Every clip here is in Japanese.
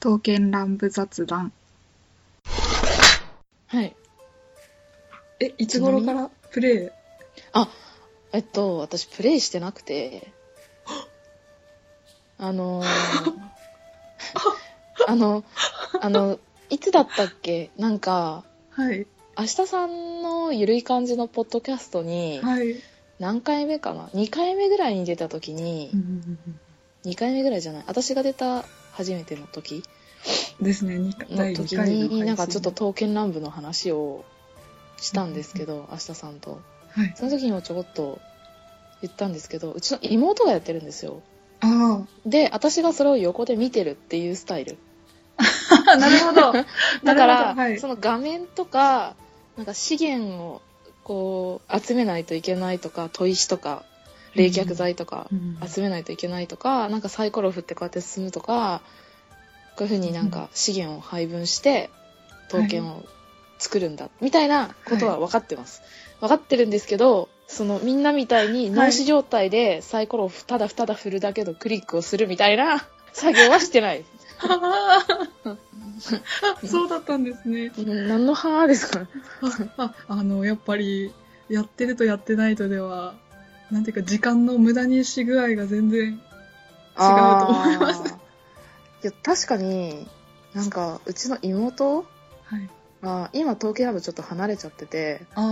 刀剣乱舞雑談はい。えいつ頃からプレイあ、えっと、私プレイしてなく て、あ のーあの、あの、いつだったっけなんか、はい明日さんのゆるい感じのポッドキャストに、はい、何回目かな ?2 回目ぐらいに出た時に、2回目ぐらいじゃない私が出た初めての時ですねにかの第2回時の配に、信なんかちょっと刀剣乱舞の話をしたんですけど、明日さんと。はいその時にもちょこっと言ったんですけど、うちの妹がやってるんですよ。あで、私がそれを横で見てるっていうスタイル。あ なるほど だから、なるほそどの画面とか、なんか資源をこう集めないといけないとか、砥石とか、冷却剤とかうん集めないといけないとか、なんかサイコロ振ってこうやって進むとか、こういうふうになんか資源を配分して、刀剣を作るんだ、みたいなことは分かってます。分かってるんですけど、そのみんなみたいに脳死状態でサイコロをただただ振るだけのクリックをするみたいな作業はしてない。あーそうだったんですねうん何の歯ですかああのやっぱりやってるとやってないとではなんていうか時間の無駄にし具合が全然違うと思いますあー。いや、確かに、なんか、うちの妹はいが、今、東京ハブちょっと離れちゃってて、ああ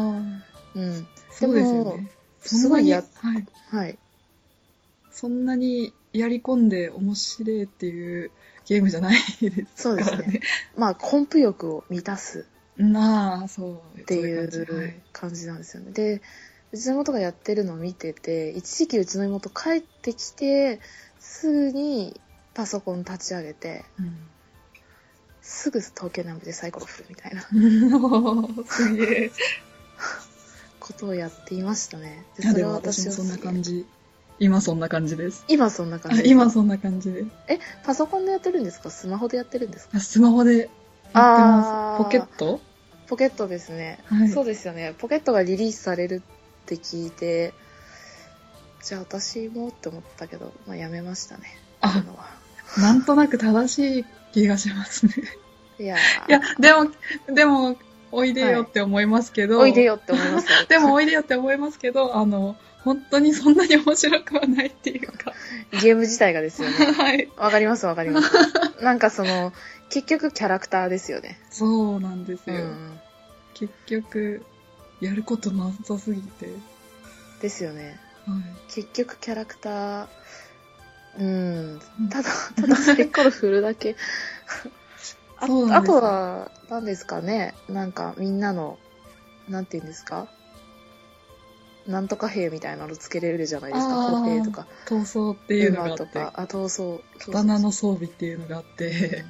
うん。そうですよねすごいやそんなにはい、はい。そんなにやり込んで面白いっていうゲームじゃないですそうでかすらね。ね。まあ、コンプ欲を満たすなあ、そう。っていそうう感じはい、う感じなんですよね。で、うちの妹がやってるのを見てて、一時期うちの妹帰ってきて、すぐにパソコン立ち上げて、すぐ東京南部でサイコロ振るみた いなうん すげえ。ことをやっていましたね。いや、でも私もそんな感じ。じ。今そんな感じです。今そんな感あじ。今そんな感じです。え、パソコンでやってるんですかスマホでやってるんですかあスマホでやってあまーす。ポケットポケットですね、はいそうですよね。ポケットがリリースされるって聞いて、じゃあ私もって思ったけど、まあやめましたね。やある、のはなんとなく正しい気がしますね。いやいや、でも、でも、おいでよって思いますけど。おいでよって思いますよでも、おいでよって思いますけど、あの、本当にそんなに面白くはないっていうか。 ゲーム自体がですよね。はい。わかりますわか ります。なんかその、結局キャラクターですよね。そうなんですうよ。ん。結局、やることなさすぎて。はい。ですよね。結局キャラクター、うん、ただ、ただサイコロ振るだけ。あそうなんであすとよは、何ですかね、なんかみんなの、なんて言うんですかなんとか兵みたいなのつけれるじゃないですあか、ー歩兵とか、闘争っていうのがあ馬ってと、か、あと、そう、そうそう刀の装備っていうのがあっうんて。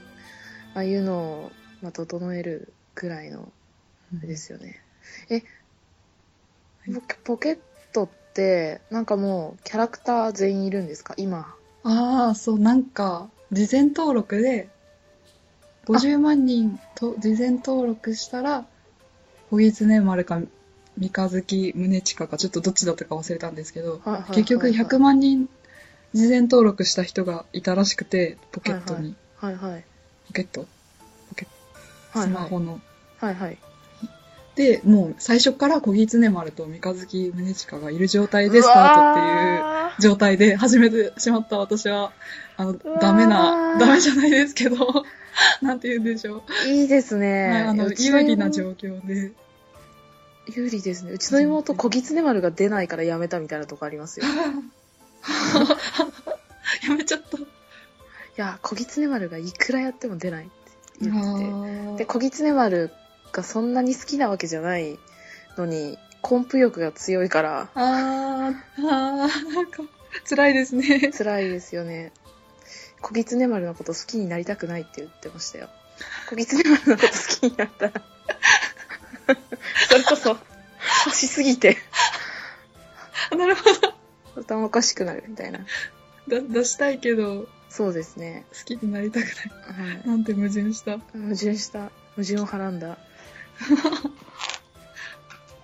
ああいうのを、まあ、整えるぐらいの、あれですよね。え、ポポケットって、なんかもう、キャラクター全員いるんですか今。 ああ、そう、なんか、事前登録で、50万人と、事前登録したら、小木常丸か、三日月宗近か、ちょっとどっちだったか忘れたんですけど、はいはいはいはい結局100万人事前登録した人がいたらしくて、ポケットに、ははいはい。ポケットポケット、はいスマはいホの。はいはい。で、もう最初から小木常丸と三日月宗近がいる状態でスタートっていう。う状態で始めてしまった私は、あのうわ、ーダメな、ダメじゃないですけど、 なんて言うんでしょう。わー。いいですね。はい、 あの、うち有利な状況で。有利ですね。うちの妹、小狐丸が出ないからやめたみたいなとこありますよ。いやめちゃった。や、小狐丸がいくらやっても出ないって言ってて。で、で小狐丸がそんなに好きなわけじゃないのに、コンプ欲が強いから、あー、あー、なんか、辛いですね。 辛いですよね。小狐丸のこと好きになりたくないって言ってましたよ。小狐丸のこと好きになったら、それこそ、欲しすぎて、なるほ頭おかしくなるみたいな。ど。だ出したいけど、そうですね。好きになりたくはいない。なんて矛盾した。矛盾した矛盾をはらんだ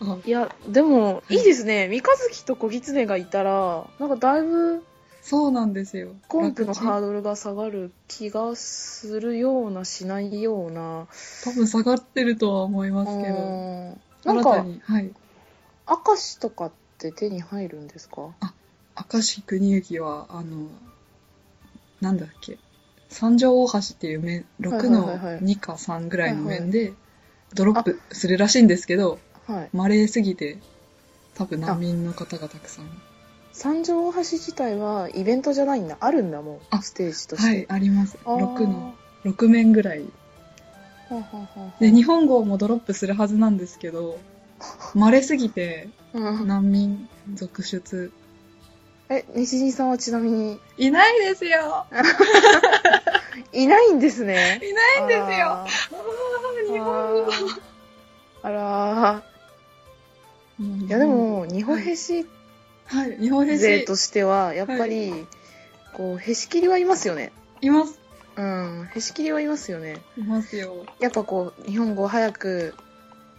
あいやでもいいですね三日月と小狐がいたらなんかだいぶそうなんですよ。今期のハー楽ドルが下がる気がするようなしないようなちん多分下がってるとは思いますけど。うんなん新たかに、はい。明石とかって手に入るんですか明石国行は、あの、なんだっけ、三条大橋っていう面、6はいはいはいはのい2か3ぐらいの面で、ドロップするらしいんですけど、はいまれすぎて、多分難民の方がたくさん。三条大橋自体はイベントじゃないんだあるんだもうあステージとして、はい、あります。あー6の、6面ぐらい。はあはあはあで、日本語もドロップするはずなんですけど、まれすぎて、うん難民続出。え西陣さんはちなみにいないですよいないんですねい ないんですよああーー日本語あらーいやで、も日本へしはい、日本兵勢士としてはやっぱり、こうへし切りはいますよねいます。うんへし切りはいますよねいますよ。やっぱこう日本語を早く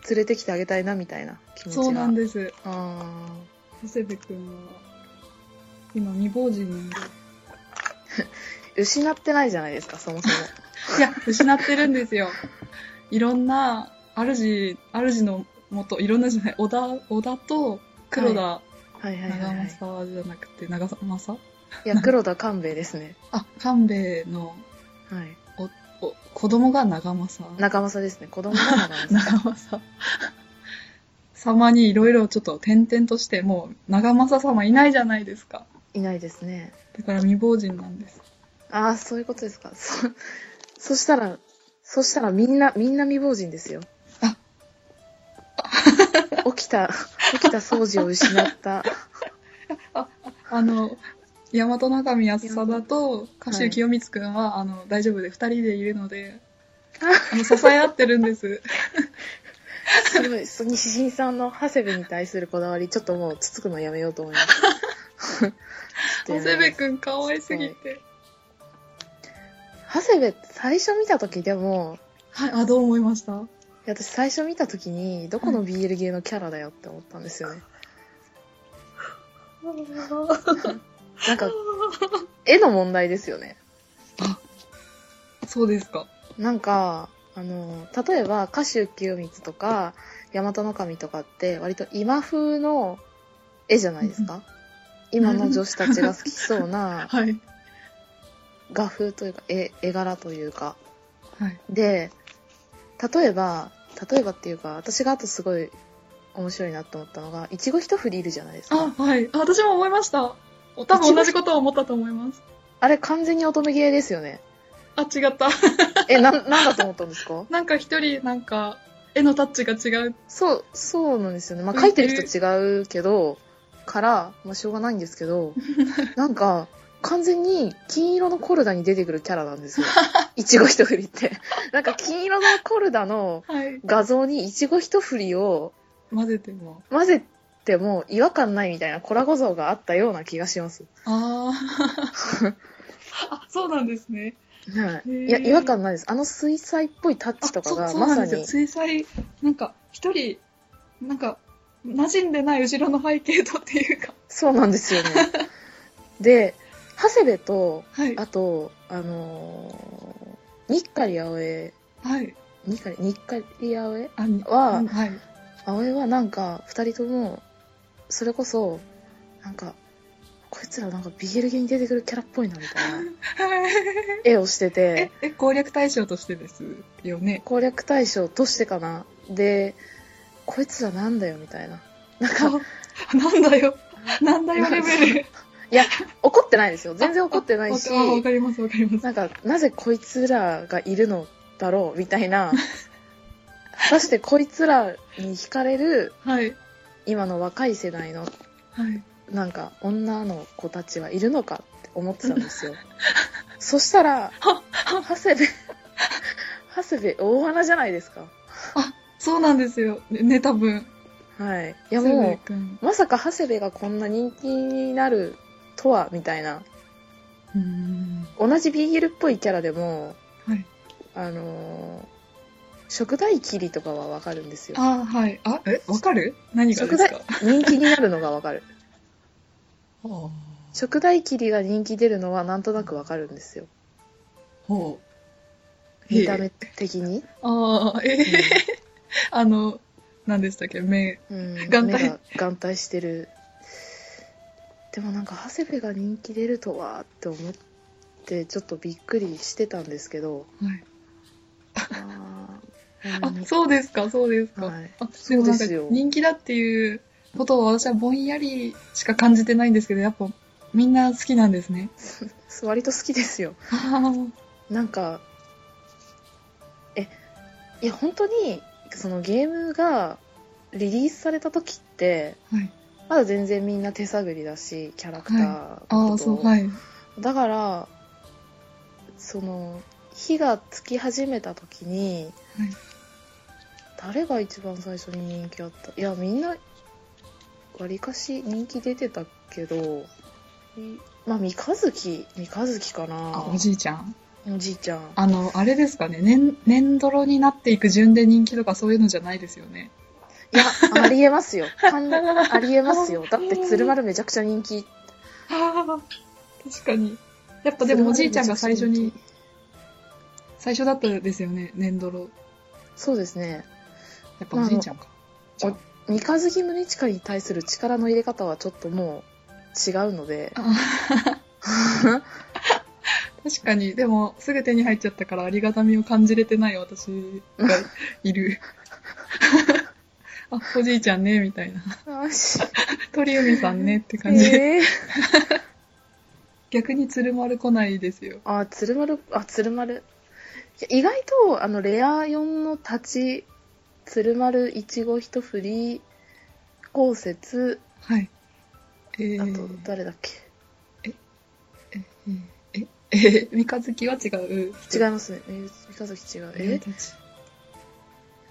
連れてきてあげたいなみたいな気持ちがそうなんです。あー長谷部くんは、今未亡人なんで。失ってないじゃないですかそもそもいや、失ってるんです よ。いろんな、主、主のもと、いろんなじゃない、織田、織田と黒田、 はいはいはい、長はい、政じゃなくて、長政いや黒田官兵衛ですねあ、官兵衛のはいお子供が長政。仲政ですね子供の仲 政長政様にいろいろちょっと転々としてもう長政様いないじゃないですかいないですねだから未亡人なんですああそういうことですかそそしたらそしたらみんなみんな未亡人ですよあ 起きた起きた掃除を失ったあの大和中身安貞と歌手清光くんは、あの大丈夫で2人でいるのであの支え合ってるんです すごいそ西新さんの長谷部に対するこだわりちょっともうつつくのやめようと思います ち長ょっとや谷部めますくんかわいすぎて長谷部って最初見た時でもはいあどう思いましたいや私最初見た時にどこの BL ゲーのキャラだよって思ったんですよ ね、なんか絵の問題ですよねそうですかなんかあの例えば歌手清光とか大和の神とかって割と今風の絵じゃないですか今の女子たちが好きそうな はい画風というか絵絵柄というかはいで例えば例えばっていうか私があとすごい面白いなと思ったのがいちご一振りいるじゃないですあかはいあ私も思いました多分同じことを思ったと思いますあれ完全に乙女ゲーですよねあ違ったえななんだと思ったんですか なんか一人、なんか、絵のタッチが違う。そうそうなんですよねまあうん書いてる人違うけどから、まあ、しょうがないんですけ どなんか完全に金色のコルダに出てくるキャラなんで すよいちご一振りってなんか金色のコルダのはい。画像にいちご一振りを混ぜても。混ぜても違和感ないみたいなコラボ像があったような気がします。あ あ。あ、そうなんですね。はいへーいや、違和感ないです。あの水彩っぽいタあ、ッチとかがそうまなんでさすよ。に、水彩、なんか、一人、なんか、馴染んでない後ろの背景とっていうか。そうなんで すよね。で、長谷部と、はい。あと、あのー、にっかりあおえ、はい。にっかり、にっかりあおえあ、にはうんはい。あおえはなんか、二人とも、それこそ、なんか、こいつらなんか BL ゲに出てくるキャラっぽいなみたいな絵をしてて。え、え、攻略対象としてですよね。攻略対象としてかなでこいつらなんだよみたいななんかあなんだ よ。なんだよレベル。怒ってないですよ全然怒ってないしあわかります、わかります。なんかなぜこいつらがいるのだろうみたいな果たしてこいつらに惹かれるはい。今の若い世代のはい。なんか女の子たちはいるのかって思ってたんで すよそしたら長谷部長谷部大花じゃないですかそうなんですよ。ねね、多分。はいいやセブもうン君まさか長谷部がこんな人気になるとはみたいなうーん。同じ BL っぽいキャラでもはい。あのー食代切りとかはわかるんですよあはい。あ、え、わかる何がで食す代か人気になるのがわかるあー食台切りが人気出るのはなんとなくわかるんですよほう。見たへ目え的に、ああ、ええあの、何でしたっけ目。うんうん、眼帯目が眼帯してるでもなんか長谷部が人気出るとはって思ってちょっとびっくりしてたんですけどはい。ああ、ーそうですか、そうですか。はいあ、でもなんそかうですよ人気だっていうことを私はぼんやりしか感じてないんですけど、やっぱみんな好きなんです ね。割と好きですよあなんかえいや本当にそのゲームがリリースされた時ってあ、はい。まだ全然みんな手探りだしキャラクターあのあ、ことそを、う、はい。だからその火がつき始めた時に、はい誰が一番最初に人気あったいやみんなわりかし人気出てたけどいまあ三日月三日月かあな、おじいちゃん。おじいちゃんあの、あれですかね、年、年泥になっていく順で人気とかそういうのじゃないですよ ね。いや、ありえます よ。かんありえますよ。だって、鶴丸めちゃくちゃ人気。ああ、確かに。やっぱでもおじいちゃんが最初に、。最初だったですよね、年泥。そうですね。やっぱおじいちゃんか。じゃあ三日月宗近に対する力の入れ方はちょっともう違うので。確かに、でも、すぐ手に入っちゃったから、ありがたみを感じれてない私がいる。 あ、おじいちゃんね、みたいな。よし鳥海さんね、って感じ。えー、逆に鶴丸来ないですよ。あ、鶴丸、あ、鶴丸。いや意外と、あの、レア4の立ち、鶴丸一五一振り、降雪、はい。えあとー、誰だっけ、えー、えー、三日月は違う。う。違いますね。えー、三日月違う。え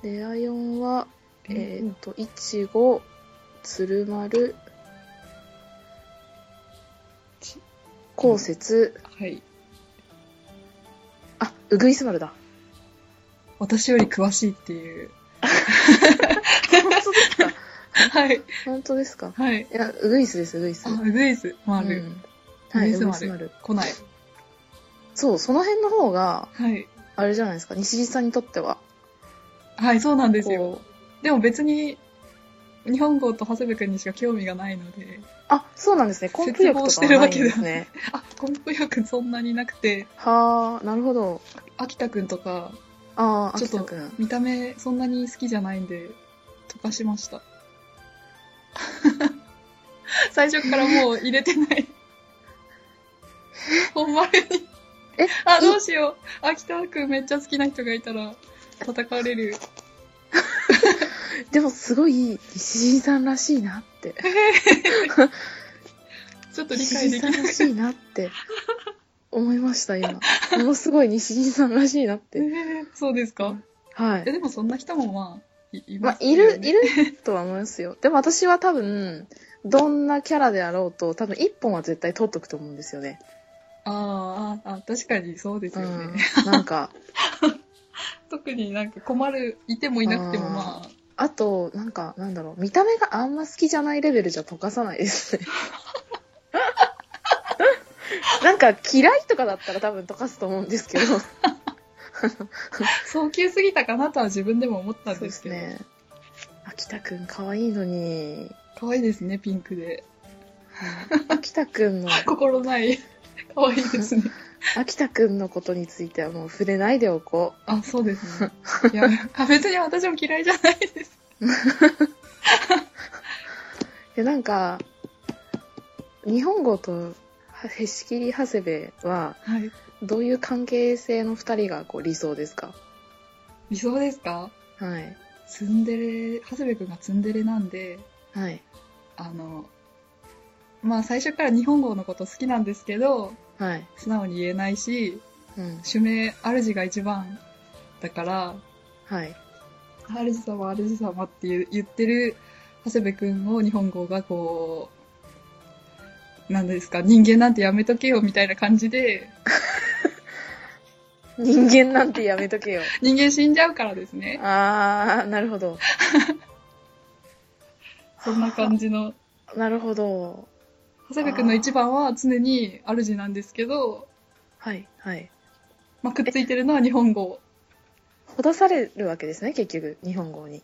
えレア4は、えーっと、いちご、鶴丸ち、こうせつ、はい。あ、うぐいす丸 だ。私より詳しいっていう。本当ですかはい。本当ですかはい。いや、うぐいすです、うぐいす。あ、ウグイスう丸。ん、はい、ううぐぐいいすす丸丸。来ない。そう、その辺の方が、はい。あれじゃないですか、西木さんにとっては。はい、そうなんですよ。こう、でも別に、日本語と長谷部君にしか興味がないので、あ、そうなんですね、コンプ力とかはないんですね。あ、コンプ力そんなになくて、はあ、なるほど。秋田君とか、ああ、ちょっ秋と田くん。見た目そんなに好きじゃないんで、溶かしました。 最初からもう入れて ない。ほんまに。えあ、どうしよう。秋田君めっちゃ好きな人がいたら、叩かれる。でも、すごい、西木さんらしいなって。ちょっと理西解陣できさなん い。らしいなって思いました今ものすごい西陣さんらしいなってえーそうですかはえ、いでもそんな人もまあ、いいままあすいよねるいるとは思いますよでも私は多分どんなキャラであろうと多分一本は絶対取っとくと思うんですよねあーあー、あ確かにそうですうよね。んなんか特になんか困る、いてもいなくてもあーまあ、あとなんかなんだろう見た目があんま好きじゃないレベルじゃ溶かさないですね なんか嫌いとかだったら多分溶かすと思うんですけど早急すぎたかなとは自分でも思ったんそうでですすけど。ね秋田くん可愛いのに可愛いですね、ピンクで。秋田くんの心ない。可愛いです ね。秋田くんのことについてはもう触れないでおこあ、そうですね。いや、別に私も嫌いじゃないです。うでなんか日本語とへしきり長谷部ははい。どういう関係性の2人がこう理想ですか理想ですかはいツンデレ、長谷部くんがツンデレなんで、はいあの、まあ最初から日本語のこと好きなんですけど、はい、素直に言えないし、うん、主名主が一番だからはい主様主様って言う言ってる長谷部君を日本語がこうなんですか人間なんてやめとけよみたいな感じで人間なんてやめとけよ人間死んじゃうからですねあーなるほどそんな感じのなるほど坂くんの一番は常に主なんですけど、はいはいまあ、くっついてるのは日本語。ほだされるわけですね結局日本語に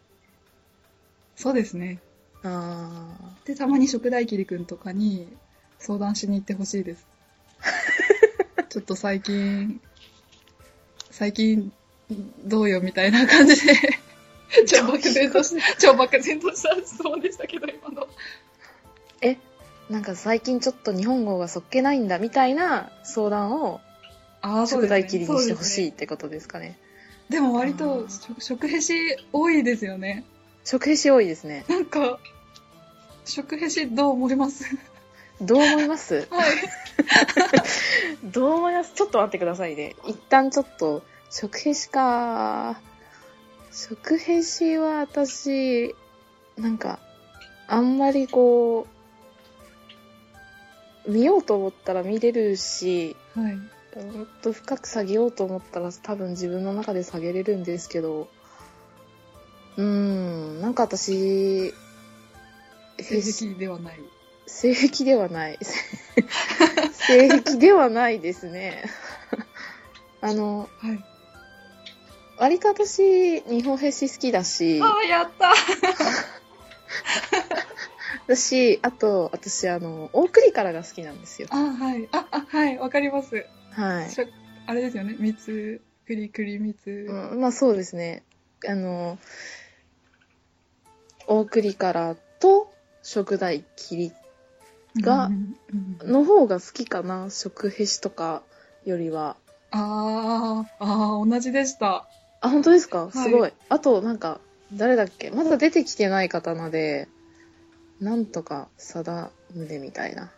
そうですね。あで、たまに食大切りくんとかに相談しに行ってほしい です。ちょっと最近、最近、どうよみたいな感じで、あ超漠然とし、超漠然とした質問でしたけど、今の。えなんか最近ちょっと日本語がそっけないんだみたいな相談をああ、食材切りにしてほしいい。ってことですかねでも割とあー食食へし多いですよね。食費し多いですねなんか、食へしどう思いますどう思いますはい。どう思いますちょっと待ってくださいね一旦ちょっと食費しか食費しは私なんかあんまりこう見ようと思ったら見れるしはい。もっと深く下げようと思ったら多分自分の中で下げれるんですけどうーんなんか私成績ではない。性癖ではない 性癖ではないですね あのはい。割と私日本兵士好きだしああ、やっただしあと私あの大栗からが好きなんですよあはい。あ、あはい。わかります。はいしょあれですよね。蜜、くりくり蜜。うん、まあそうですねあの大栗からと食材切りがうんうんうんの方が好きかな食へしとかよりはあーあー、同じでした。あ本当ですかいすごい、あとなんか誰だっけまだ出てきてない刀でなんとか貞宗みたいな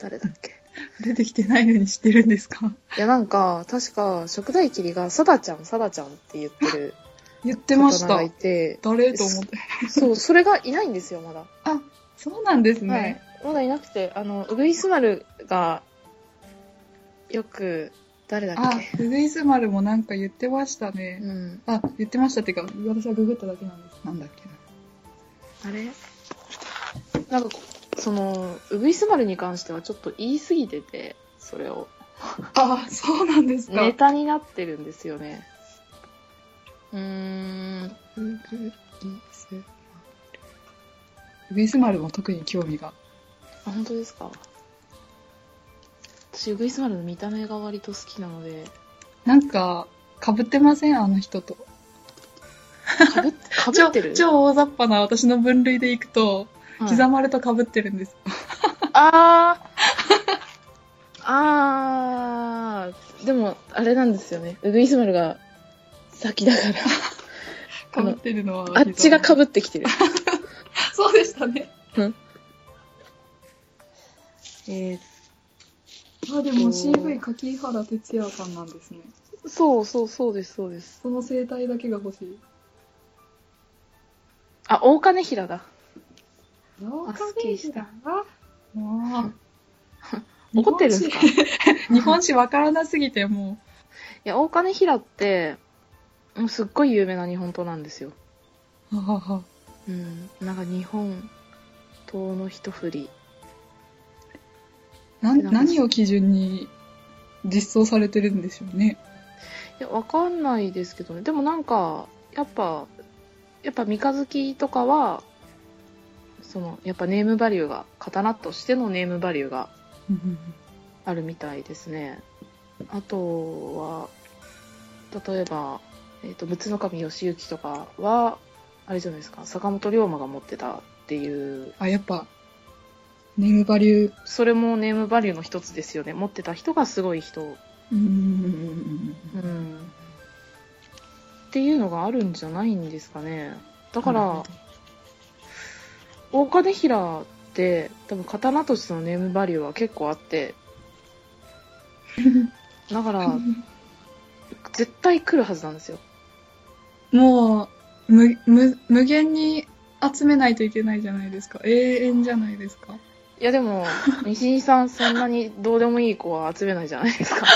誰だっけ出てきてないのに知ってるんですかいやなんか確か食材切りが貞ちゃん貞ちゃんって言ってる 言ってまし刀たが。いて誰と思って。そうそれがいないんですよまだあ、そうなんですね。はい、まだいなくてあのうぐいす丸がよく誰だっあけ、うぐいす丸もなんか言ってましたね。うん、あ、言ってましたっていうか、私はググっただけなんです。なんだっけな。あれなんかそのうぐいす丸に関してはちょっと言い過ぎててそれをあーそうなんですか。ネタになってるんですよねうーんうぐいすうぐいす丸も特に興味が。あ本当ですか私うぐいす丸の見た目が割と好きなのでなんか、被ってませんあの人と。かぶっかぶってる超超大雑把な私の分類でいくと、はい刻まれと被ってるんです。あー あーでもあれなんですよねうぐいす丸が先だから 被ってるのは。あっちがかぶってきてるそうでしたね。えーあ、でもも CV CV 柿原哲也さんなんですね。そうそうそうですそうですその生態だけが欲しい。あ大金平だあすっきりした。もう 怒ってるんですかい日本史 わからなすぎて、もや大金平ってもうすっごい有名な日本刀なんですよう。はははうんなんか日本刀の一振りなん何を基準に実装されてるんでしょうね。いやわかんないですけどねでもなんかやっぱやっぱ三日月とかはそのやっぱネームバリューが刀としてのネームバリューがあるみたいですねあとは例えば、えっと仏の神義行とかはあれじゃないですか坂本龍馬が持ってたっていうあ、やっぱ、ネームバリュー。それもネームバリューの一つですよね持ってた人がすごい人うんうんうんうんうんうんっていうのがあるんじゃないんですかねだかなるらほど大金平って多分刀としてのネームバリューは結構あって だから絶対来るはずなんですよもう、む、む、無限に集めないといけないじゃないですか。永遠じゃないですか。いやで も西井さんそんなにどうでもいい子は集めないじゃないですか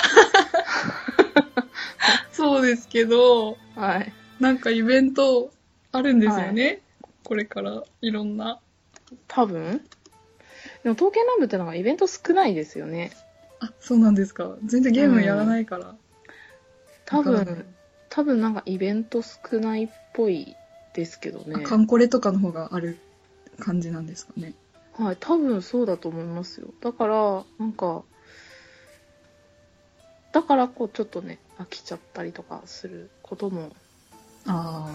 そうですけど、はいなんかイベントあるんですよね。これから、いろんな。多分でも刀剣乱舞ってのがイベント少ないですよね。あ、そうなんですか。全然ゲームやらないから。多わからない分、多分なんかイベント少ないっぽいですけどあね。カンコレとかの方がある感じなんですかね。はい、多分そうだと思いますよ。だから、なんか、だからこうちょっとね、飽きちゃったりとかすることもあ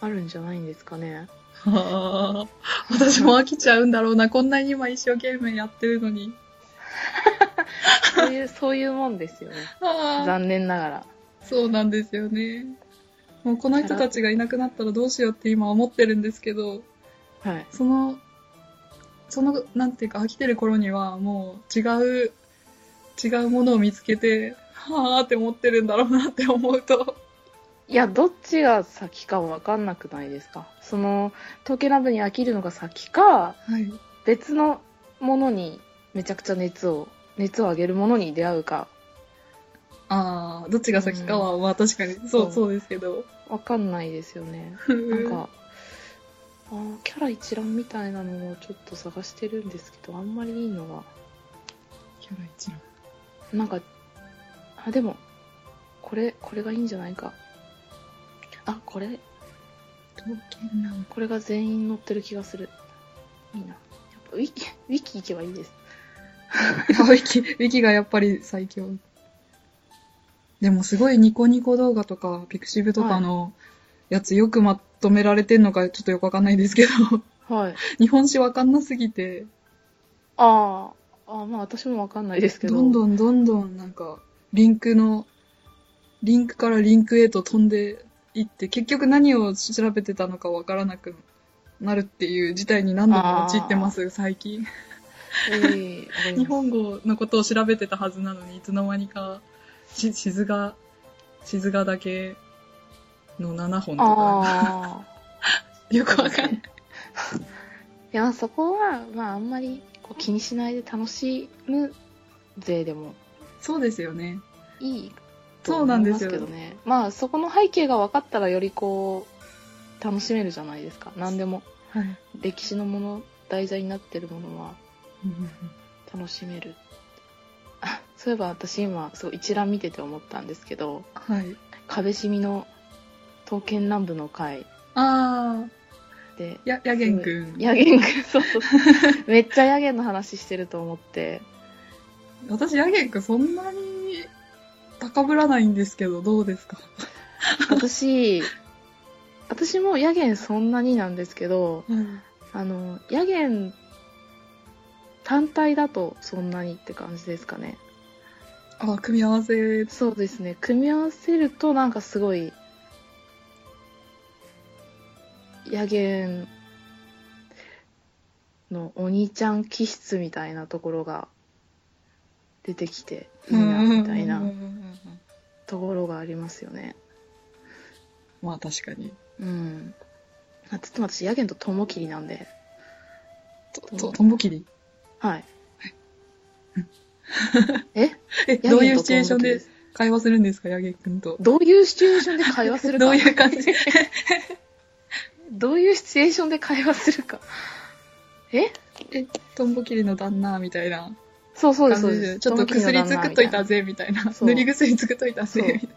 あるんじゃないんですか ね。あ。はあ。私も飽きちゃうんだろうな。こんなに今一生懸命やってるのに。そういう、そういうもんですよね。ああ。残念ながら。そうなんですよね。もうこの人たちがいなくなったらどうしようって今思ってるんですけど、はい。その、その、なんていうか飽きてる頃にはもう違う、違うものを見つけて、はあって思ってるんだろうなって思うと。いや、どっちが先かわかんなくないですか。その、東京ラブに飽きるのが先か、はい。別のものにめちゃくちゃ熱を、熱を上げるものに出会うか、ああ、どっちが先かは、まあ確かに、そう、そうですけど。わかんないですよね。ななん、か、あーキャラ一覧みたいなのをちょっと探してるんですけど、あんまりいいのは。キャラ一覧。なんか、あ、でも、これ、これがいいんじゃないか。あ、これ、刀剣乱これが全員載ってる気がする。いいな。やっぱウィキ、ウィキ行けばいいです。舞。 ウィキ、ウィキがやっぱり最強。でもすごいニコニコ動画とか、ピクシブとかのやつよくまとめられてんのかちょっとよくわかんないですけど、 はい。日本史わかんなすぎて、あーあー、まあ私もわかんないですけど。どんどん。んどんどんなんか、リンクの、リンクからリンクへと飛んでいって、結局何を調べてたのかわからなくなるっていう事態に何度も陥ってます、最近。えー、わかります日本語のことを調べてたはずなのにいつの間にかし地図が地図がだけの7本とかああ。よくわかんないい。や、そこは、まああんまりこう気にしないで楽しむ勢でも そうですよねいいとそう思ないんでますすよけどね。まあそこの背景が分かったらよりこう、楽しめるじゃないですか。何でも。はい歴史のもの、題材になってるものは楽しめる あそういえば私今そう一覧見てて思ったんですけどはい壁染みの刀剣乱舞の会ああでややげんくん ヤゲンくんそうそうめっちゃヤゲンの話してると思って私やげんくんそんなに高ぶらないんですけどどうですか私私もヤゲンそんなになんですけどあのヤゲン単体だとそんなにって感じですかねあ組み合わせそうですね組み合わせるとなんかすごいヤゲンのお兄ちゃん気質みたいなところが出てきていいなみたいうんうんなうんうんところがありますよねまあ確かにうんあちょっと私ヤゲンとトモキリなんでとととんぼ切りはいええヤどうゲいンうとシチュエーショントモキリです会話するんですかやげんくんとどういうシチュエーションで会話す るかどういう感じどういうシチュエーションで会話するかえトンボ切りの旦那みたいなそうそうです、感そじうで。ですちょっと薬作っといたぜ。ぜみたいなそう塗り薬作っといたぜみたい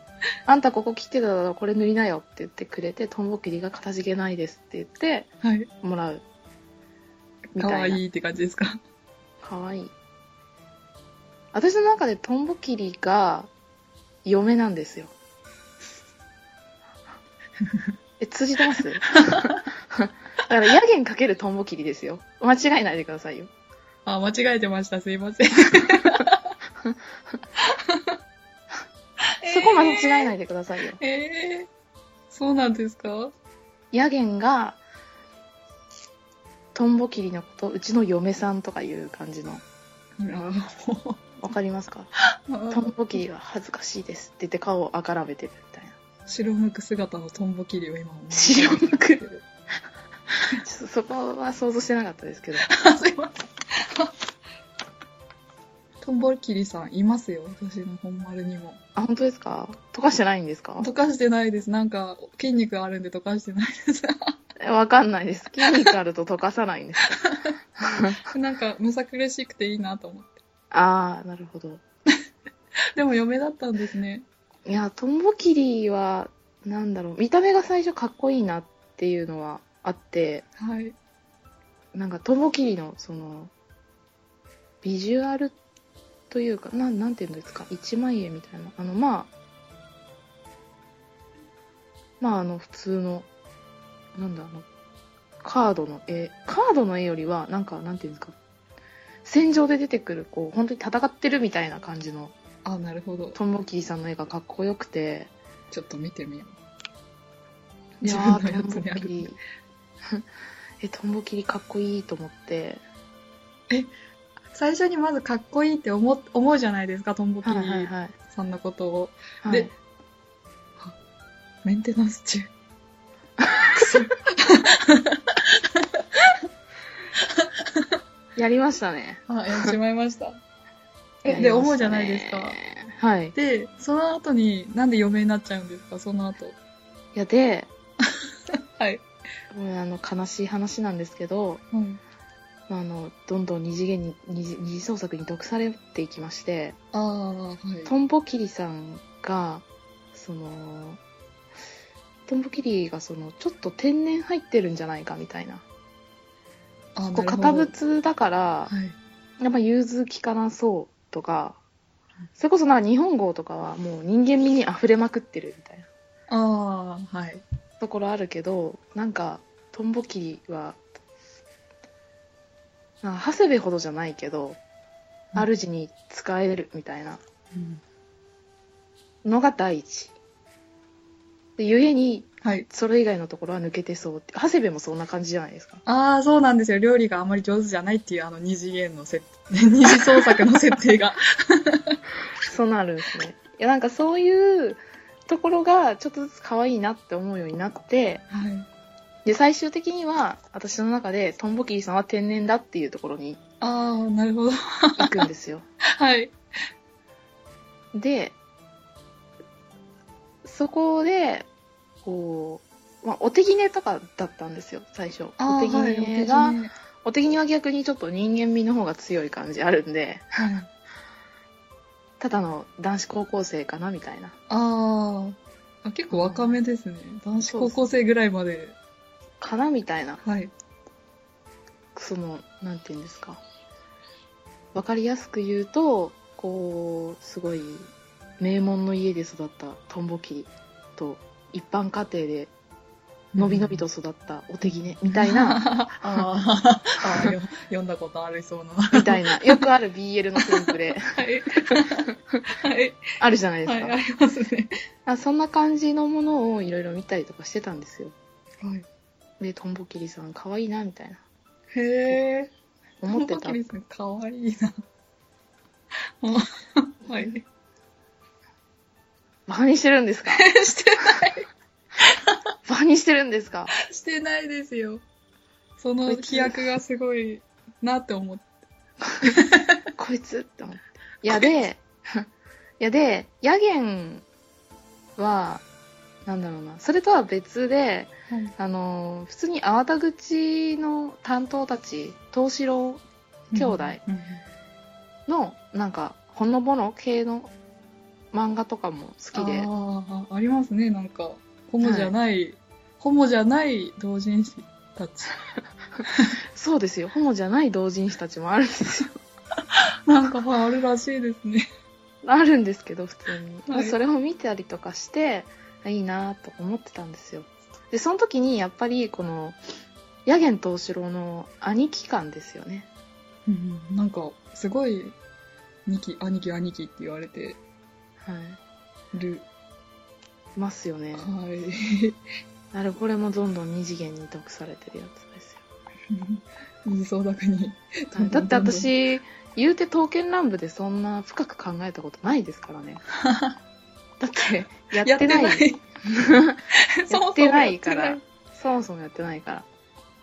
あんたここ切ってただろ、これ塗りなよって言ってくれて、トンボ切りがかたじけないですって言ってなはいもらう。み可たい愛な。いって感じですかかわいい。私の中でトンボ切りが嫁なんですよ。 え、通じてます だから、ヤゲンかけるトンボ切りですよ。間違えないでくださいよ。あ間違えてましたすいません そこ間違えいないでくださいよ。えーそうなんですかヤゲンがトンボ切りのことうちの嫁さんとかいう感じのあもわかりますかうトンボ切りは恥ずかしいですって言って顔をあからめてるみたいな白むく姿のトンボ切りを今思い出し白ましたむ くちょっとそこは想像してなかった ですけどあすい ませんトンボ切りさんいますよ私の本丸にもあ本当ですか溶かしてないんですか溶かしてないですなんか筋肉あるんで溶かしてないです えわかんないです。ケミカルと溶かさないんです。なんか、むさ苦しくていいなと思って。 ああ、なるほど。でも、嫁だったんですね。いや、トンボキリは、なんだろう、見た目が最初かっこいいなっていうのはあって、はい。なんかトンボキリの、その、ビジュアルというか、なん、なんていうんですか、一枚絵みたいな。あの、まあ、まあ、あの、普通の、なんだ、あの、カードの絵、カードの絵よりは、なんか、なんていうんですか、戦場で出てくる、こう、本当に戦ってるみたいな感じの、あ、なるほど。トンボキリさんの絵がかっこよくて、ちょっと見てみよう。いや自分のー、やトつンにボあキる。リ。 え、トンボキリかっこいいと思って。最初にまずかっこいいって思う思うじゃないですか、トンボキはいはいリはい。さんのことを。はい、でメンテナンス 中。くそやりましたね。あ、やってしまいま した。えやりましたねで思うじゃないですか。はい。いで、その後に、なんで嫁になっちゃうんですか、その後。や、で、はい。もうあの、悲しい話なんですけど、うん。まああの、どんどん二次元に、二次二次創作に毒されていきまして、ああ、はい。トンボキリさんが、その、トンボキリがその、ちょっと天然入ってるんじゃないかみたいな。あこう、なるほ堅ど物だから、はい。やっぱ融通きかなそうとかうん、それこそなんか日本語とかはもう人間味に溢れまくってるみたいなああ、はい。ところあるけど、なんかトンボキリは、なんか長谷部ほどじゃないけど、うん主に使えるみたいなうんのが第一。で、ゆえに、はい。それ以外のところは抜けてそうって、長谷部もそんな感じじゃないですか。ああ、そうなんですよ。料理があまり上手じゃないっていう、あの、二次元の設定、 二次創作の設定が。そうなるんですね。いや、なんかそういうところがちょっとずつ可愛いなって思うようになって、はい。で最終的には私の中でトンボキリさんは天然だっていうところにああ、なるほど。行くんですよはい。でそこでこう、まあ、お手ぎねとかだったんですよ最初あおあ、手はい。ぎねが、お手ぎねは逆にちょっと人間味の方が強い感じあるんではい。あただの男子高校生かなみたいなああ、結構若めですね。男子高校生ぐらいまで。かなみたいなはい。そのなんて言うんですかわかりやすく言うとこうすごい名門の家で育ったトンボキリと一般家庭でのびのびと育ったお手ぎねみたいな あー あー、よ読んだことありそうな。はみた いなよくある BL のテンプい。レ はい。あるじゃないですはい、か、ありますね。あそんな感じのものをいろいろ見たりとかしてたんですよはい。でトンボキリさん可愛いなみたいなへえ。思ってたトンボキリさん、かわいいな。はい。バカにしてるんです か してバカにしてるんですかしてないですよ。その規約がすごいなって思って。こいつって思って。いやで、いやで、ヤゲンは、なんだろうな、それとは別で、はいあのー、普通に粟田口の担当たち、東四郎兄弟うんの、なんか、ほのぼの系の漫画とかも好きで、ああ、ありますね、なんか。ホモじゃない、ホモじゃない同人誌たち。 そうですよ、ホモじゃない同人誌たちもあるんですよ。 なんか、はい、あるらしいですね。あるんですけど、普通に。はいそれを見たりとかして、あいいなと思ってたんですよ。で、その時にやっぱり、この、ヤゲン東四郎の兄貴感ですよね。うんうんなんか、すごい、兄貴、兄貴、兄貴って言われてはい。る。いますよね。はい。 あれ、これもどんどん二次元に毒されてるやつですよ。二次創作に。はいだって私、言うて刀剣乱舞でそんな深く考えたことないですから ね。だって、やってない。 やってないからやってそもそもやってないから。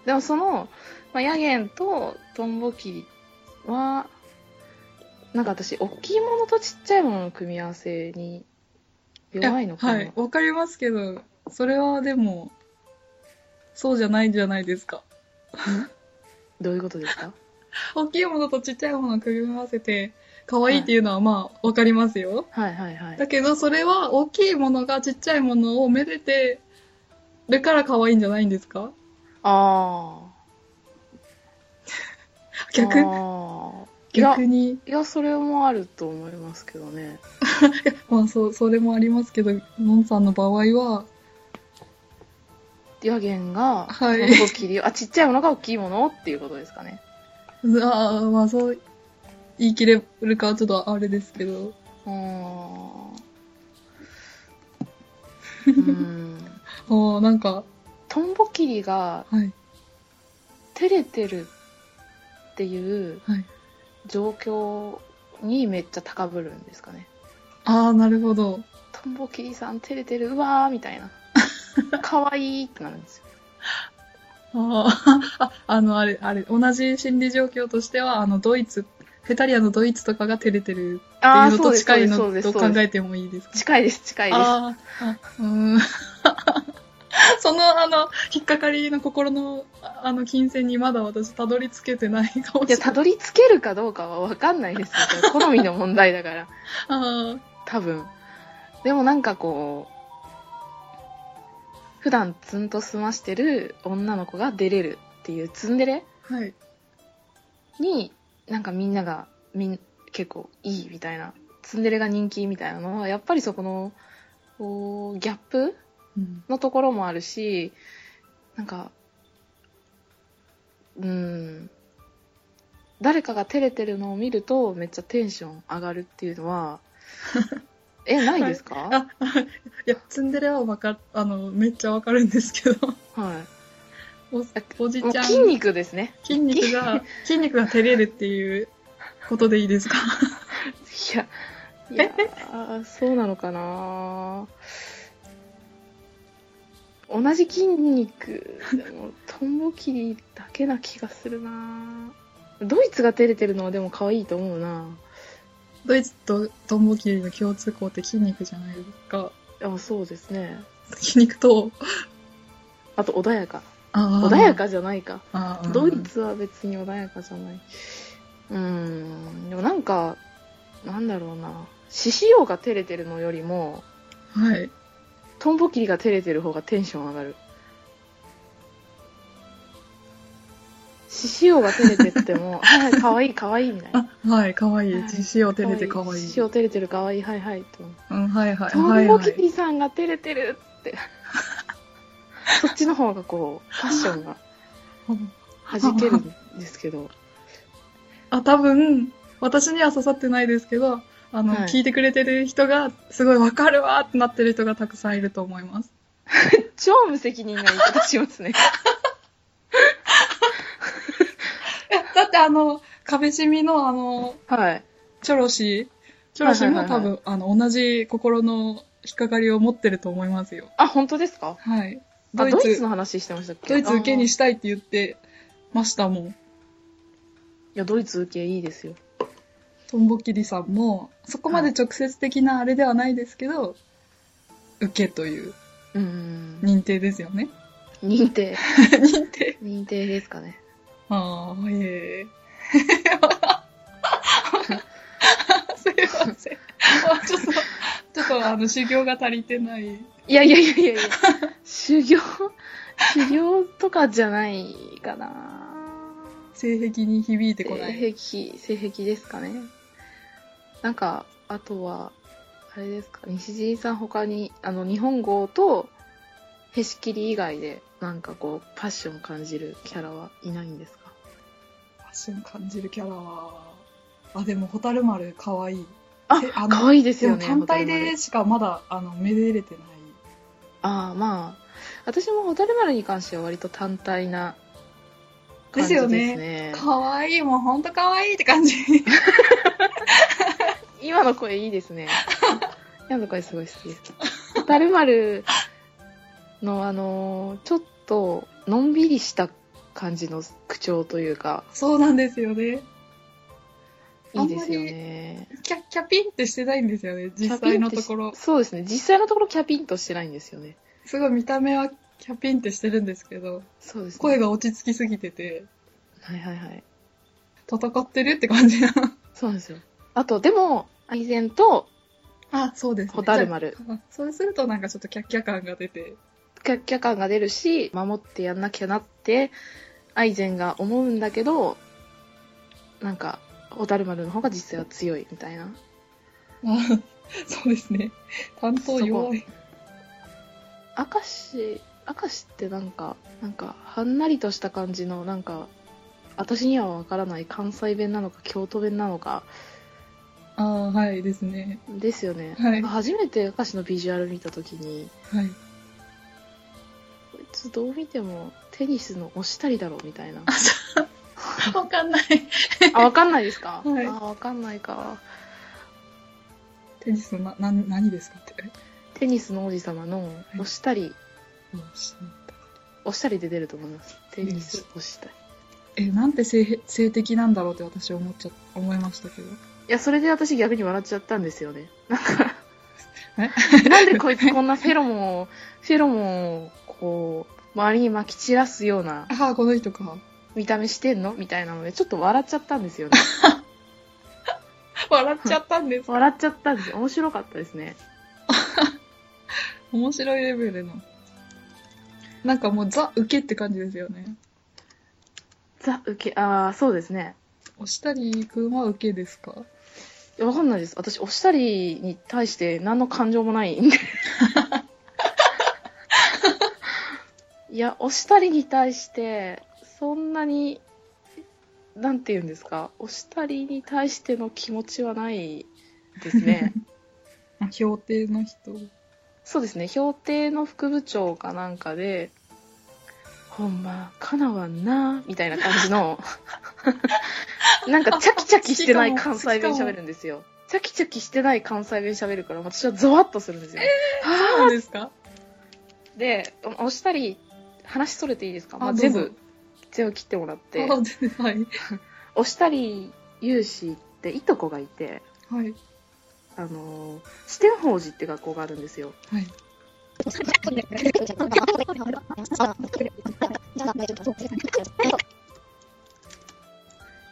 でもその、まあ、ヤゲンとトンボキリは、なんか私、大きいものとちっちゃいものの組み合わせにない弱いのかな。やはい。わかりますけど、それはでも、そうじゃないじゃないですか。どういうことですか大きいものとちっちゃいものを組み合わせて、可愛いっていうのはまあ、わかりますよ。 はいはいはだい。けど、それは大きいものがちっちゃいものをめでてるから可愛いんじゃないんですかああ。逆あーいや逆、に。いや、それもあると思いますけどね。まあ、そう、それもありますけど、のんさんの場合は、ヤゲンが、はいこの子切り、あ、ちっちゃいものが大きいものっていうことですかね。ああ、まあそう、言い切れるかはちょっとあれですけど。うーん。うーん。ああ、なんか、トンボ切りがはい、照れてるっていうはい。状況にめっちゃ高ぶるんですかね。ああ、なるほど。トンボキリさん照れてるうわーみた いな可愛いってなるんですよあーあ、 あの、あれ、あれ、同じ心理状況としては、あの、ドイツ、フェタリアのドイツとかが照れてるっていああうのそうとです近そうでいすのそうですとそう考ですえてもいいですか近いです近いですあーあ、うーん。 その、あの、引っかかりの心の、ああの、金銭にまだ私、たどり着けてないかもいやしれない。たどり着けるかどうかは分かんないですよこれ好みの問題だからあ多分でもなんかこう普段ツンと済ましてる女の子が出れるっていうツンデレーはい。になんかみんながみん結構いいみたいなツンデレが人気みたいなのはやっぱりそこのこうギャップうんのところもあるしなんかうん誰かが照れてるのを見るとめっちゃテンション上がるっていうのはえないですか、はいあ、 いや、ツンデレはわか、あの、めっちゃわかるんですけど、おおじもうちゃん、筋肉ですね筋肉 が、筋肉が照れるっていうことでいいですかいやいやあーそうなのかな同じ筋肉でもトンボ切りだけな気がするなドイツが照れてるのはでも可愛いと思うな ドイツとトンボキリの共通項って筋肉じゃないですか。あそうですね筋肉と、あと穏やかあー穏やかじゃないかあードイツは別に穏やかじゃないうーんでもなんかなんだろうな獅子王が照れてるのよりもはい。トンボ切りが照れてる方がテンション上がる獅子王が照れてって も「はいはいかわいいかわいい」みたいなあ、はい、かわいい。はい獅子を照れてかわい獅い。子王照れてるかわいいはいはいって思ううん、はいはい。トはンいボはキい。リさんが照れてるって、 そっちの方がこうファッションが弾けるんですけどあ、多分、私には刺さってないですけど、あの、はい聞いてくれてる人が、すごいわかるわーってなってる人がたくさんいると思います。超無責任な言い方しますねだってあの、壁シミのあの、 はいチョロシー、チョロシーもはい多はいはい分、あの、同じ心の引っかかりを持ってると思いますよ。あ本当ですかはい。あドドイイツ、ドイツツの話してましたっけ受けにいしたいって言ってましたもん。やドイツ受けいいですよトンボキリさんも、そこまで直接的なあれではないですけど、受けといううーん認定ですよね。 認定認定認定ですかねああ、へえ。 すいま せん。もうちょっと、ちょっとあの、修行が足りてない。いやいやいやいやい や修行修行とかじゃないかな性癖に響いてこない。性癖性癖ですかねなんかあとはあれですか西陣さん他にあの日本語とへし切り以外でなんかこうパッション感じるキャラはいないんですかパッション感じるキャラは、あ、でも、ホタル丸可愛い。あえあの可愛いですでよもね単体蛍で丸しかまだ、あの、めでれてない。ああまあ私も蛍丸に関しては割と単体なで感すじですよね可愛い、もうほんと可愛いって感 じ。今の声いいで すね今の声すごい好きです蛍丸のあのーちょっとのんびりした感じの口調というかそうなんですよね。いいですよねキャ、キャピンってしてないんですよね、実際のところキャピンってし。そうですね実際のところキャピンとしてないんですよねすごい見た目はキャピンってしてるんですけど、そうですね。声が落ち着きすぎてて、はいはいはい。戦ってるって感じな。そうなんですよ。あと、でも、愛禅と、 あ、そうです、ね。蛍丸じゃあ。そうするとなんかちょっとキャッキャ感が出て、キャッキャ感が出るし、守ってやんなきゃなって、愛禅が思うんだけど、なんか、蛍丸の方が実際は強いみたいな。あ そうですね。担当弱い。明石、明石ってなんか、なんか、はんなりとした感じの、なんか、私にはわからない関西弁なのか京都弁なのかああ、はいですね。ですよね、はい初めて明石のビジュアル見た時にはい。こいつどう見てもテニスの押したりだろうみた いな わかんない。あわかんないですか、はいあわかんないかテニスのな、な、何ですかって。テニスの王子様の押したり、どうし押したりで出ると思いますテニス押したりえ、なんて性、性的なんだろうって私思っちゃ、思いましたけど。いやそれで私逆に笑っちゃったんですよねなんかえ なんでこいつこんなフェロモンをフェロモンをこう周りにまき散らすようなああ、この人か。見た目してんのみたいなのでちょっと笑っちゃったんですよね笑っちゃったんです。笑っちゃったんですよ面白かったですね 面白いレベルの。なんかもうザ、受けって感じですよね。ザ受けああそうですね押したりくんは受けですかいやわかんないです私押したりに対して何の感情もないんでいや押したりに対してそんなになんて言うんですか押したりに対しての気持ちはないですねあ評定の人。そうですね評定の副部長かなんかでほんまかなわんなみたいな感じの なんかチャキチャキしてない関西弁喋るんですよチャキチャキしてない関西弁喋るから私はゾワッとするんですよ、そうなんですかで押したり話それていいですか、まあ、あ全どう部ぞ全部切ってもらってあ全然はい。押したり有志っていとこがいてはい。あのー四天王寺って学校があるんですよはい。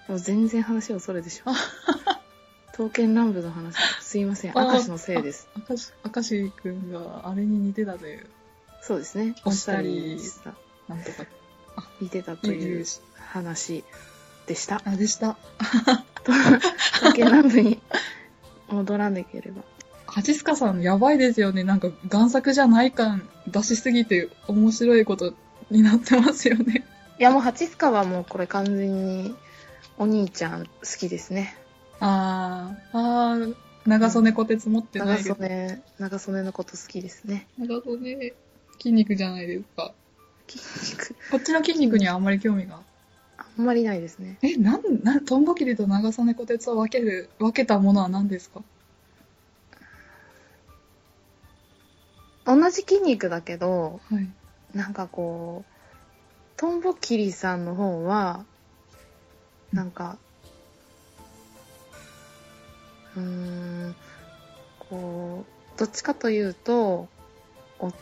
もう全然話をそれで しょ刀剣乱舞の話すいませんあ明石のせいです明石、明石くんがあれに似てたという、そうですね押したり押したりなんとか見てたといいうう、話でしたあ、でした。刀剣乱舞に戻らなければ蜂須賀さんやばいですよね。なんか贋作じゃない感出しすぎて面白いことになってますよね。 いやもう蜂須賀はもうこれ完全にお兄ちゃん好きですねあー、あー、長曽根小鉄持ってな長いです曽。根長曽根のこと好きですね長曽根筋肉じゃないですか。筋肉こっちの筋肉にはあんまり興味が。あんまりないですねえ、なん、なん、トンボ切りと長曽根小鉄を分ける、分けたものは何ですか同じ筋肉だけどはい。なんかこうトンボキリさんの方はなんかうーんこうどっちかというと落ち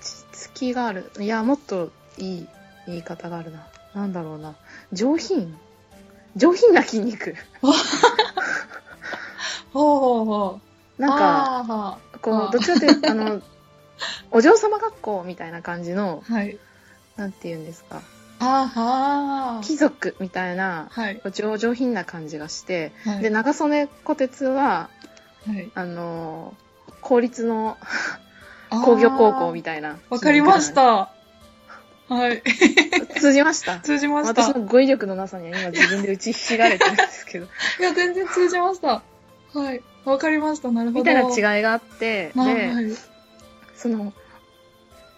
着きがあるいやもっといい言い方があるななんだろうな上品上品な筋肉ほうほうほう。なんかか、こあーうどっちかというとあのお嬢様学校みたいな感じのはい。なんて言うんですかあーはー。貴族みたいなはい。上上品な感じがしてはい。で長曽根虎鉄ははい、あのー公立の工業高校みたいなわかりました。はい。通じました通じました。私いの語彙力のなさには今自分で打ちひしがれてるんで すけどや、全然通じました。はい。わかりました。なるほど。みたいな違いがあってまあではい。その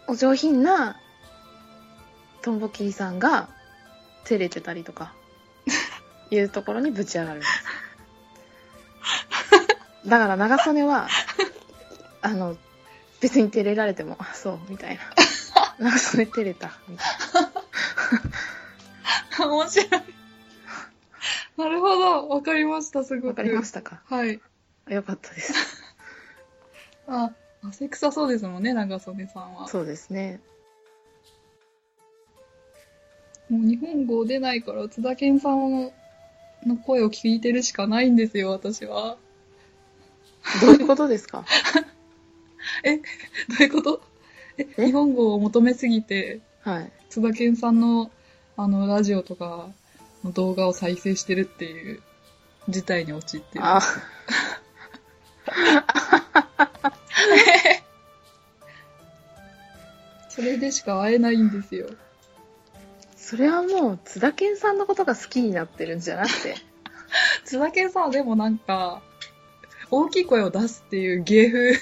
お上品なトンボキリさんが照れてたり とかいうところにぶち上がるんですだから長曽根はあの別に照れられてもあそう みたいな長曽根照れたみたい面白い。なるほど。わかりました。すごく。なわかりましたかはい。よかったですあ、汗臭そうですもんね、長曽根さんは。そうですねもう日本語出ないから津田健さんの声を聞いてるしかないんですよ私はどういうことですかどういうことええ日本語を求めすぎてはい。津田健さんのあのラジオとかの動画を再生してるっていう事態に陥ってるあそれでしか会えないんですよそれはもう津田健さんのことが好きになってるんじゃなくて。津田健さんはでもなんか大きい声を出すっていう芸 風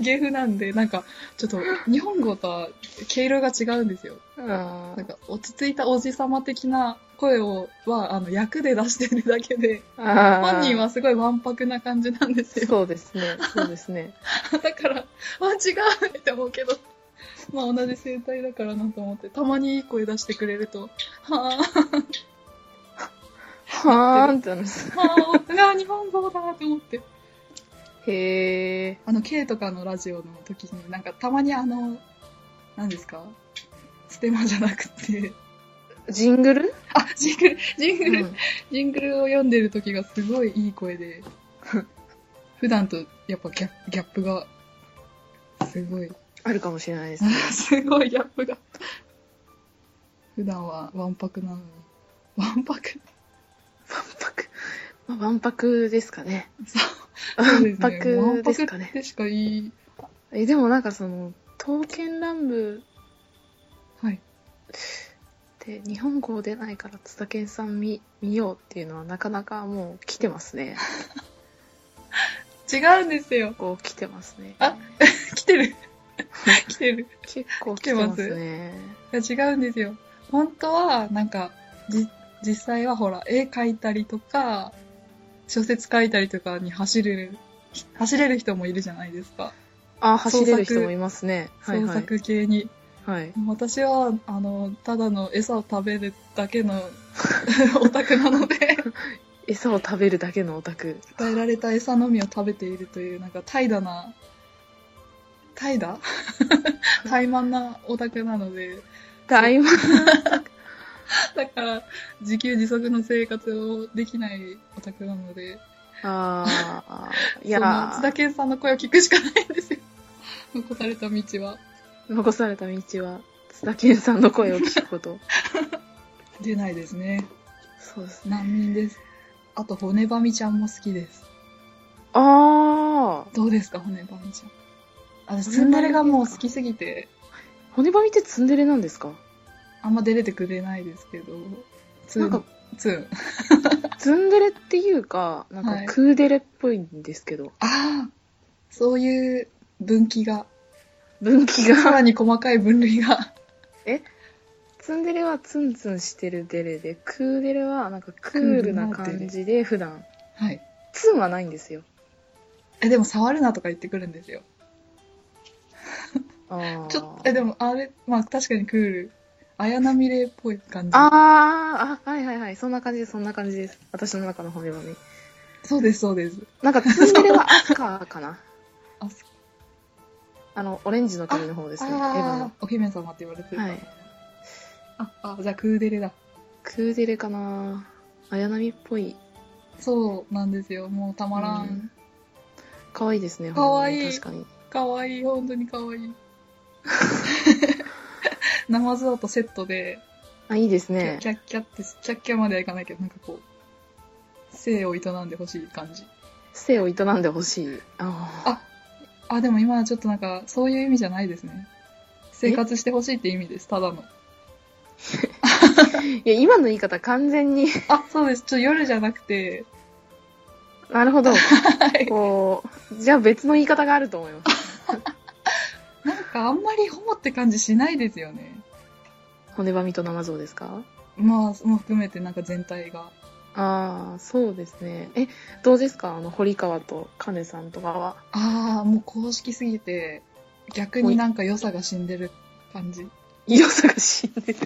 芸風なんでなんかちょっと日本語とは毛色が違うんですよあなんか落ち着いたおじさま的な声をはあの役で出してるだけであ本人はすごいわんぱくな感じなんですよ そうですね。そうですね。だからあ違うって思うけどまあ同じ声帯だからなと思ってたまにいい声出してくれるとはあはーんってなります。はあが日本語だと思ってへえ。あの K とかのラジオの時になんかたまにあの何ですかステマじゃなくてジングル、あジングルジンうグル、ジングルを読んでる時がすごいいい声で普段とやっぱギャギャップがすごいあるかもしれないです。 すごいギャップが普段はわんぱくなのにわんぱ くわんぱく。まあ、わんぱくですかね。わわんぱくですかわんぱくっね。てしか言いえ、でもなんかその、刀剣乱舞はいって日本語出ないから津田健さん見見ようっていうのはなかなかもう来てますね。違うんですよこう来てますね。あ来てる 来てる結構来てますね。いや違うんですよ本当はなんかじ実際はほら絵描いたりとか小説書いたりとかに走れる走れる人もいるじゃないですかあ、走れる人もいますね。はい創はい。作系に、はい。私はあのただの餌を食べるだけの オタクなので餌を食べるだけのオタク。与えられた餌のみを食べているというなんか怠惰な怠惰 怠慢なオタクなので大魔だから自給自足の生活をできないオタクなのでああ、いその津田や、健さんの声を聞くしかないんですよ残された道は残された道は、津田健さんの声を聞 くこと。出ないですねそうですね。難民ですあと骨ばみちゃんも好きですああ、どうですか骨ばみちゃん私ツンデレがもう好きすぎて骨ばみってツンデレなんですかあんま出れてくれないですけどツなんかン、ツンツンデレっていうか、なんはいかクーデレっぽいんですけど、ああそういう分岐が分岐さが。らに細かい分類がツンデレはツンツンしてるデレで、クーデレはなんかクールな感じで、普段。はいツンはないんですよ。えでも触るなとか言ってくるんですよあーちょっと、え、でも、あれ、まあ、確かにクール。綾波レイっぽい感じ。あーあ、はいはいはい。そんな感じです、そんな感じです。私の中の骨ばみ。そうです、そうです。なんかツンデレはアスカーかな。あ、そあの、オレンジの髪の方ですね。エヴァあのー。お姫様って言われてるから、はいあ、あ、じゃあクーデレだ。クーデレかな綾波っぽい。そうなんですよ。もうたまらん。可愛いですね。可愛い確かに。かわいい、本当にかわいい。ナマズだとセットで、あ、いいですキャ。ねキャッキャって、キャッキャまではいかないけど、なんかこう、性を営んでほしい感じ。性を営んでほしい。あああ、でも今はちょっとなんか、そういう意味じゃないですね。生活してほしいって意味です、ただの。ーいや、今の言い方完全に。 あ、そうです。ちょっと夜じゃなくて、なるほど。こう、じゃあ別の言い方があると思います。なんかあんまりホモって感じしないですよね。骨ばみと生像ですかまあ、もう含めてなんか全体が。ああ、そうですね。え、どうですかあの、堀川とカネさんとか は。ああ、もう公式すぎて、逆になんか良さが死んでる感じ。良さが死んでる。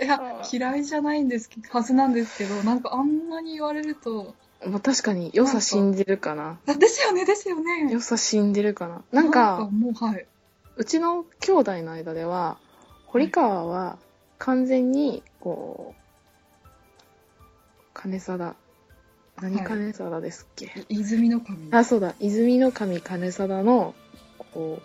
いや、嫌いじゃないんですけど、はずなんですけど、なんかあんなに言われると、まあ確かに、良さ死んでるかな。あですよね、ですよね。良さ死んでるかな。なんか、もうはい。うちの兄弟の間では堀川は完全にこう金貞何はい金貞ですっけ、泉の神。あそうだ泉の神金貞のこう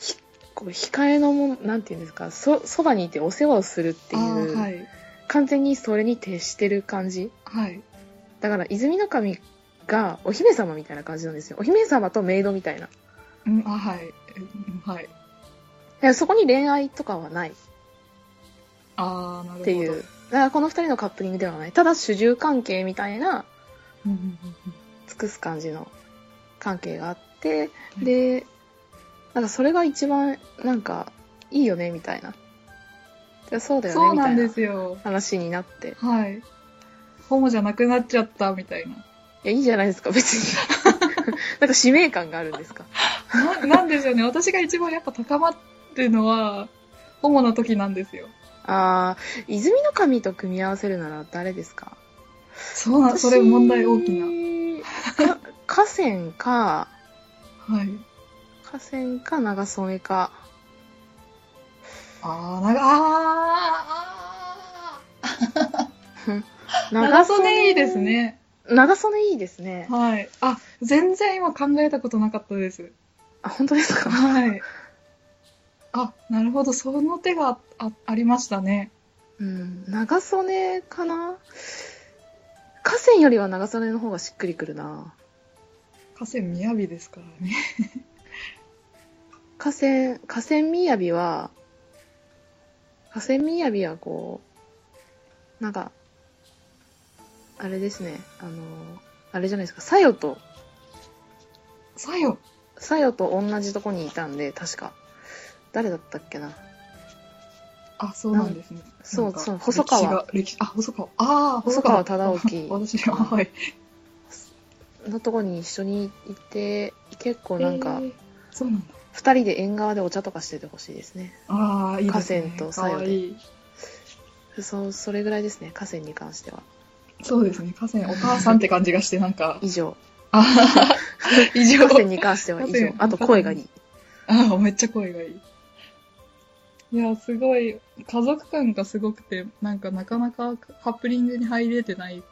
ひこう控えのもなんていうんですかそそばにいてお世話をするっていあう、ーはい。完全にそれに徹してる感じはい。だから泉の神がお姫様みたいな感じなんですよお姫様とメイドみたいなうん、あ、はい。うんはい。いやそこに恋愛とかはないっああ、なるほど。ていうだからこの2人のカップリングではないただ主従関係みたいなうん。うんうんうん尽くす感じの関係があってでなんかそれが一番なんかいいよねみたいなでそうだそようねみなたんいでなすよ。話になっていはい。ホモじゃなくなっちゃったみたいな。やいいじゃないですか別に なんか使命感があるんですかな なんですよね。私が一番やっぱ高まるのは、ホモの時なんですよ。ああ泉の神と組み合わせるなら誰ですかそうな、それ問題大きな。な河川かはい。河川か長曽根かあー、なんか、あー、長袖いいですね。長曽根いいですねはい。あ、全然今考えたことなかったです。あ本当ですかはい。あ、なるほど。その手があありましたね。うん長曽根かな河川よりは長曽根の方がしっくりくるな河川雅ですからね。河川河川雅は河川雅はこうなんかあれですねあのあれじゃないですかさよとさよ。さよと同じとこにいたんで確か誰だったっけなあ、そうなんですね。そうなんかそう細歴川史が。歴史あ、細川。ああ、細川忠興 私は、はい。のとこに一緒にいて結構なんかえーそうなんだ。 2人で縁側でお茶とかしててほしいですねああ、いいですね。河川と左右でかわいいそうそれぐらいですね河川に関してはそうですね。河川、お母さんって感じがして、なんか、以上ああ、 異常河。川に関しては以上河川あと声がいいああ、めっちゃ声がいい。いや、すごい、家族感がすごくて、なんかなかなかハプニングに入れてない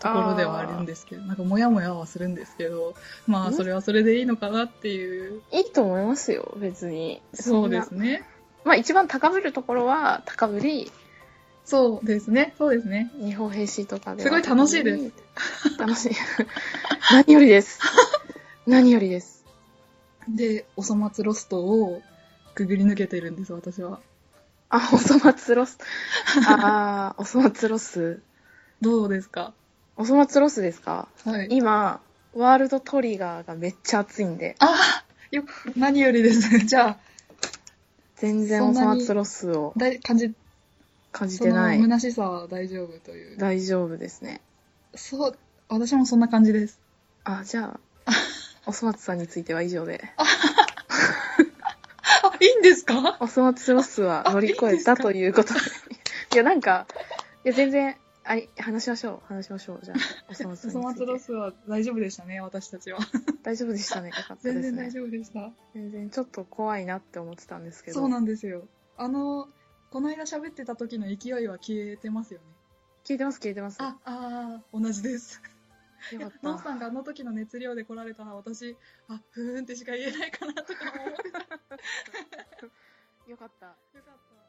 ところではあるんですけど、なんかモヤモヤはするんですけど、まあ、んそれはそれでいいのかなっていう。いいと思いますよ別にそうですねね。まあ一番高ぶるところは高ぶりそうですね。そうですね。日本兵士とかですごい楽しいです楽しい 何よ りです何よりですで、おそ松ロストをくぐり抜けてるんです、私は。あおそ松ロスああおそ松ロスどうですかおそ松ロスですかはい。今ワールドトリガーがめっちゃ熱いんであよ何よりです。 じゃあ、全然そおんそなに松ロスをだい感じ、感じそてのない虚しさは大丈夫という。大丈夫ですねそう、私もそんな感じです。あじゃ あおそ松さんについては以上であ、いいんですかおそ松ロスは乗り越えたということでいやなんかいや全然あい話しましょう話しましょうじゃあおそ松 おさそんにつ松いロてスは大丈夫でしたね、私たちは。大丈夫でしたねよかった全です然大ね丈夫でした。全然ちょっと怖いなって思ってたんですけどそうなんですよ。あの、この間喋ってた時の勢いは消えてますよね。聞いてます聞いてますあ、あー同じです。よかっノンさたんがあの時の熱量で来られたら私、あ、ふーんってしか言えないかなとか思ってた。よよかったかった。